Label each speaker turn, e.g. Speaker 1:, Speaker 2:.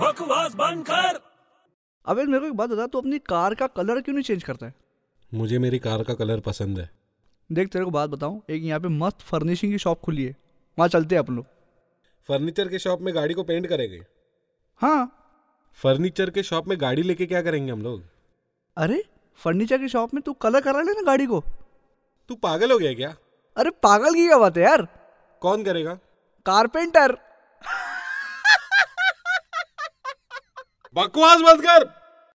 Speaker 1: बकवास बंद कर
Speaker 2: अबे मेरे को एक बात बता तू अपनी कार का कलर क्यों नहीं चेंज करता है
Speaker 3: मुझे मेरी कार का कलर पसंद है
Speaker 2: देख तेरे को बात बताऊँ एक यहाँ पे मस्त फर्निशिंग की शॉप खुली है वहाँ चलते हैं अपन लोग
Speaker 3: फर्नीचर के शॉप में गाड़ी को पेंट करेंगे
Speaker 2: हाँ
Speaker 3: फर्नीचर के शॉप में गाड़ी लेके क्या करेंगे हम लोग
Speaker 2: अरे फर्नीचर की शॉप में तू कलर करा लेना गाड़ी को
Speaker 3: तू पागल हो गया क्या
Speaker 2: अरे पागल की क्या बात है यार
Speaker 3: कौन करेगा
Speaker 2: कारपेंटर
Speaker 3: बकवास मत कर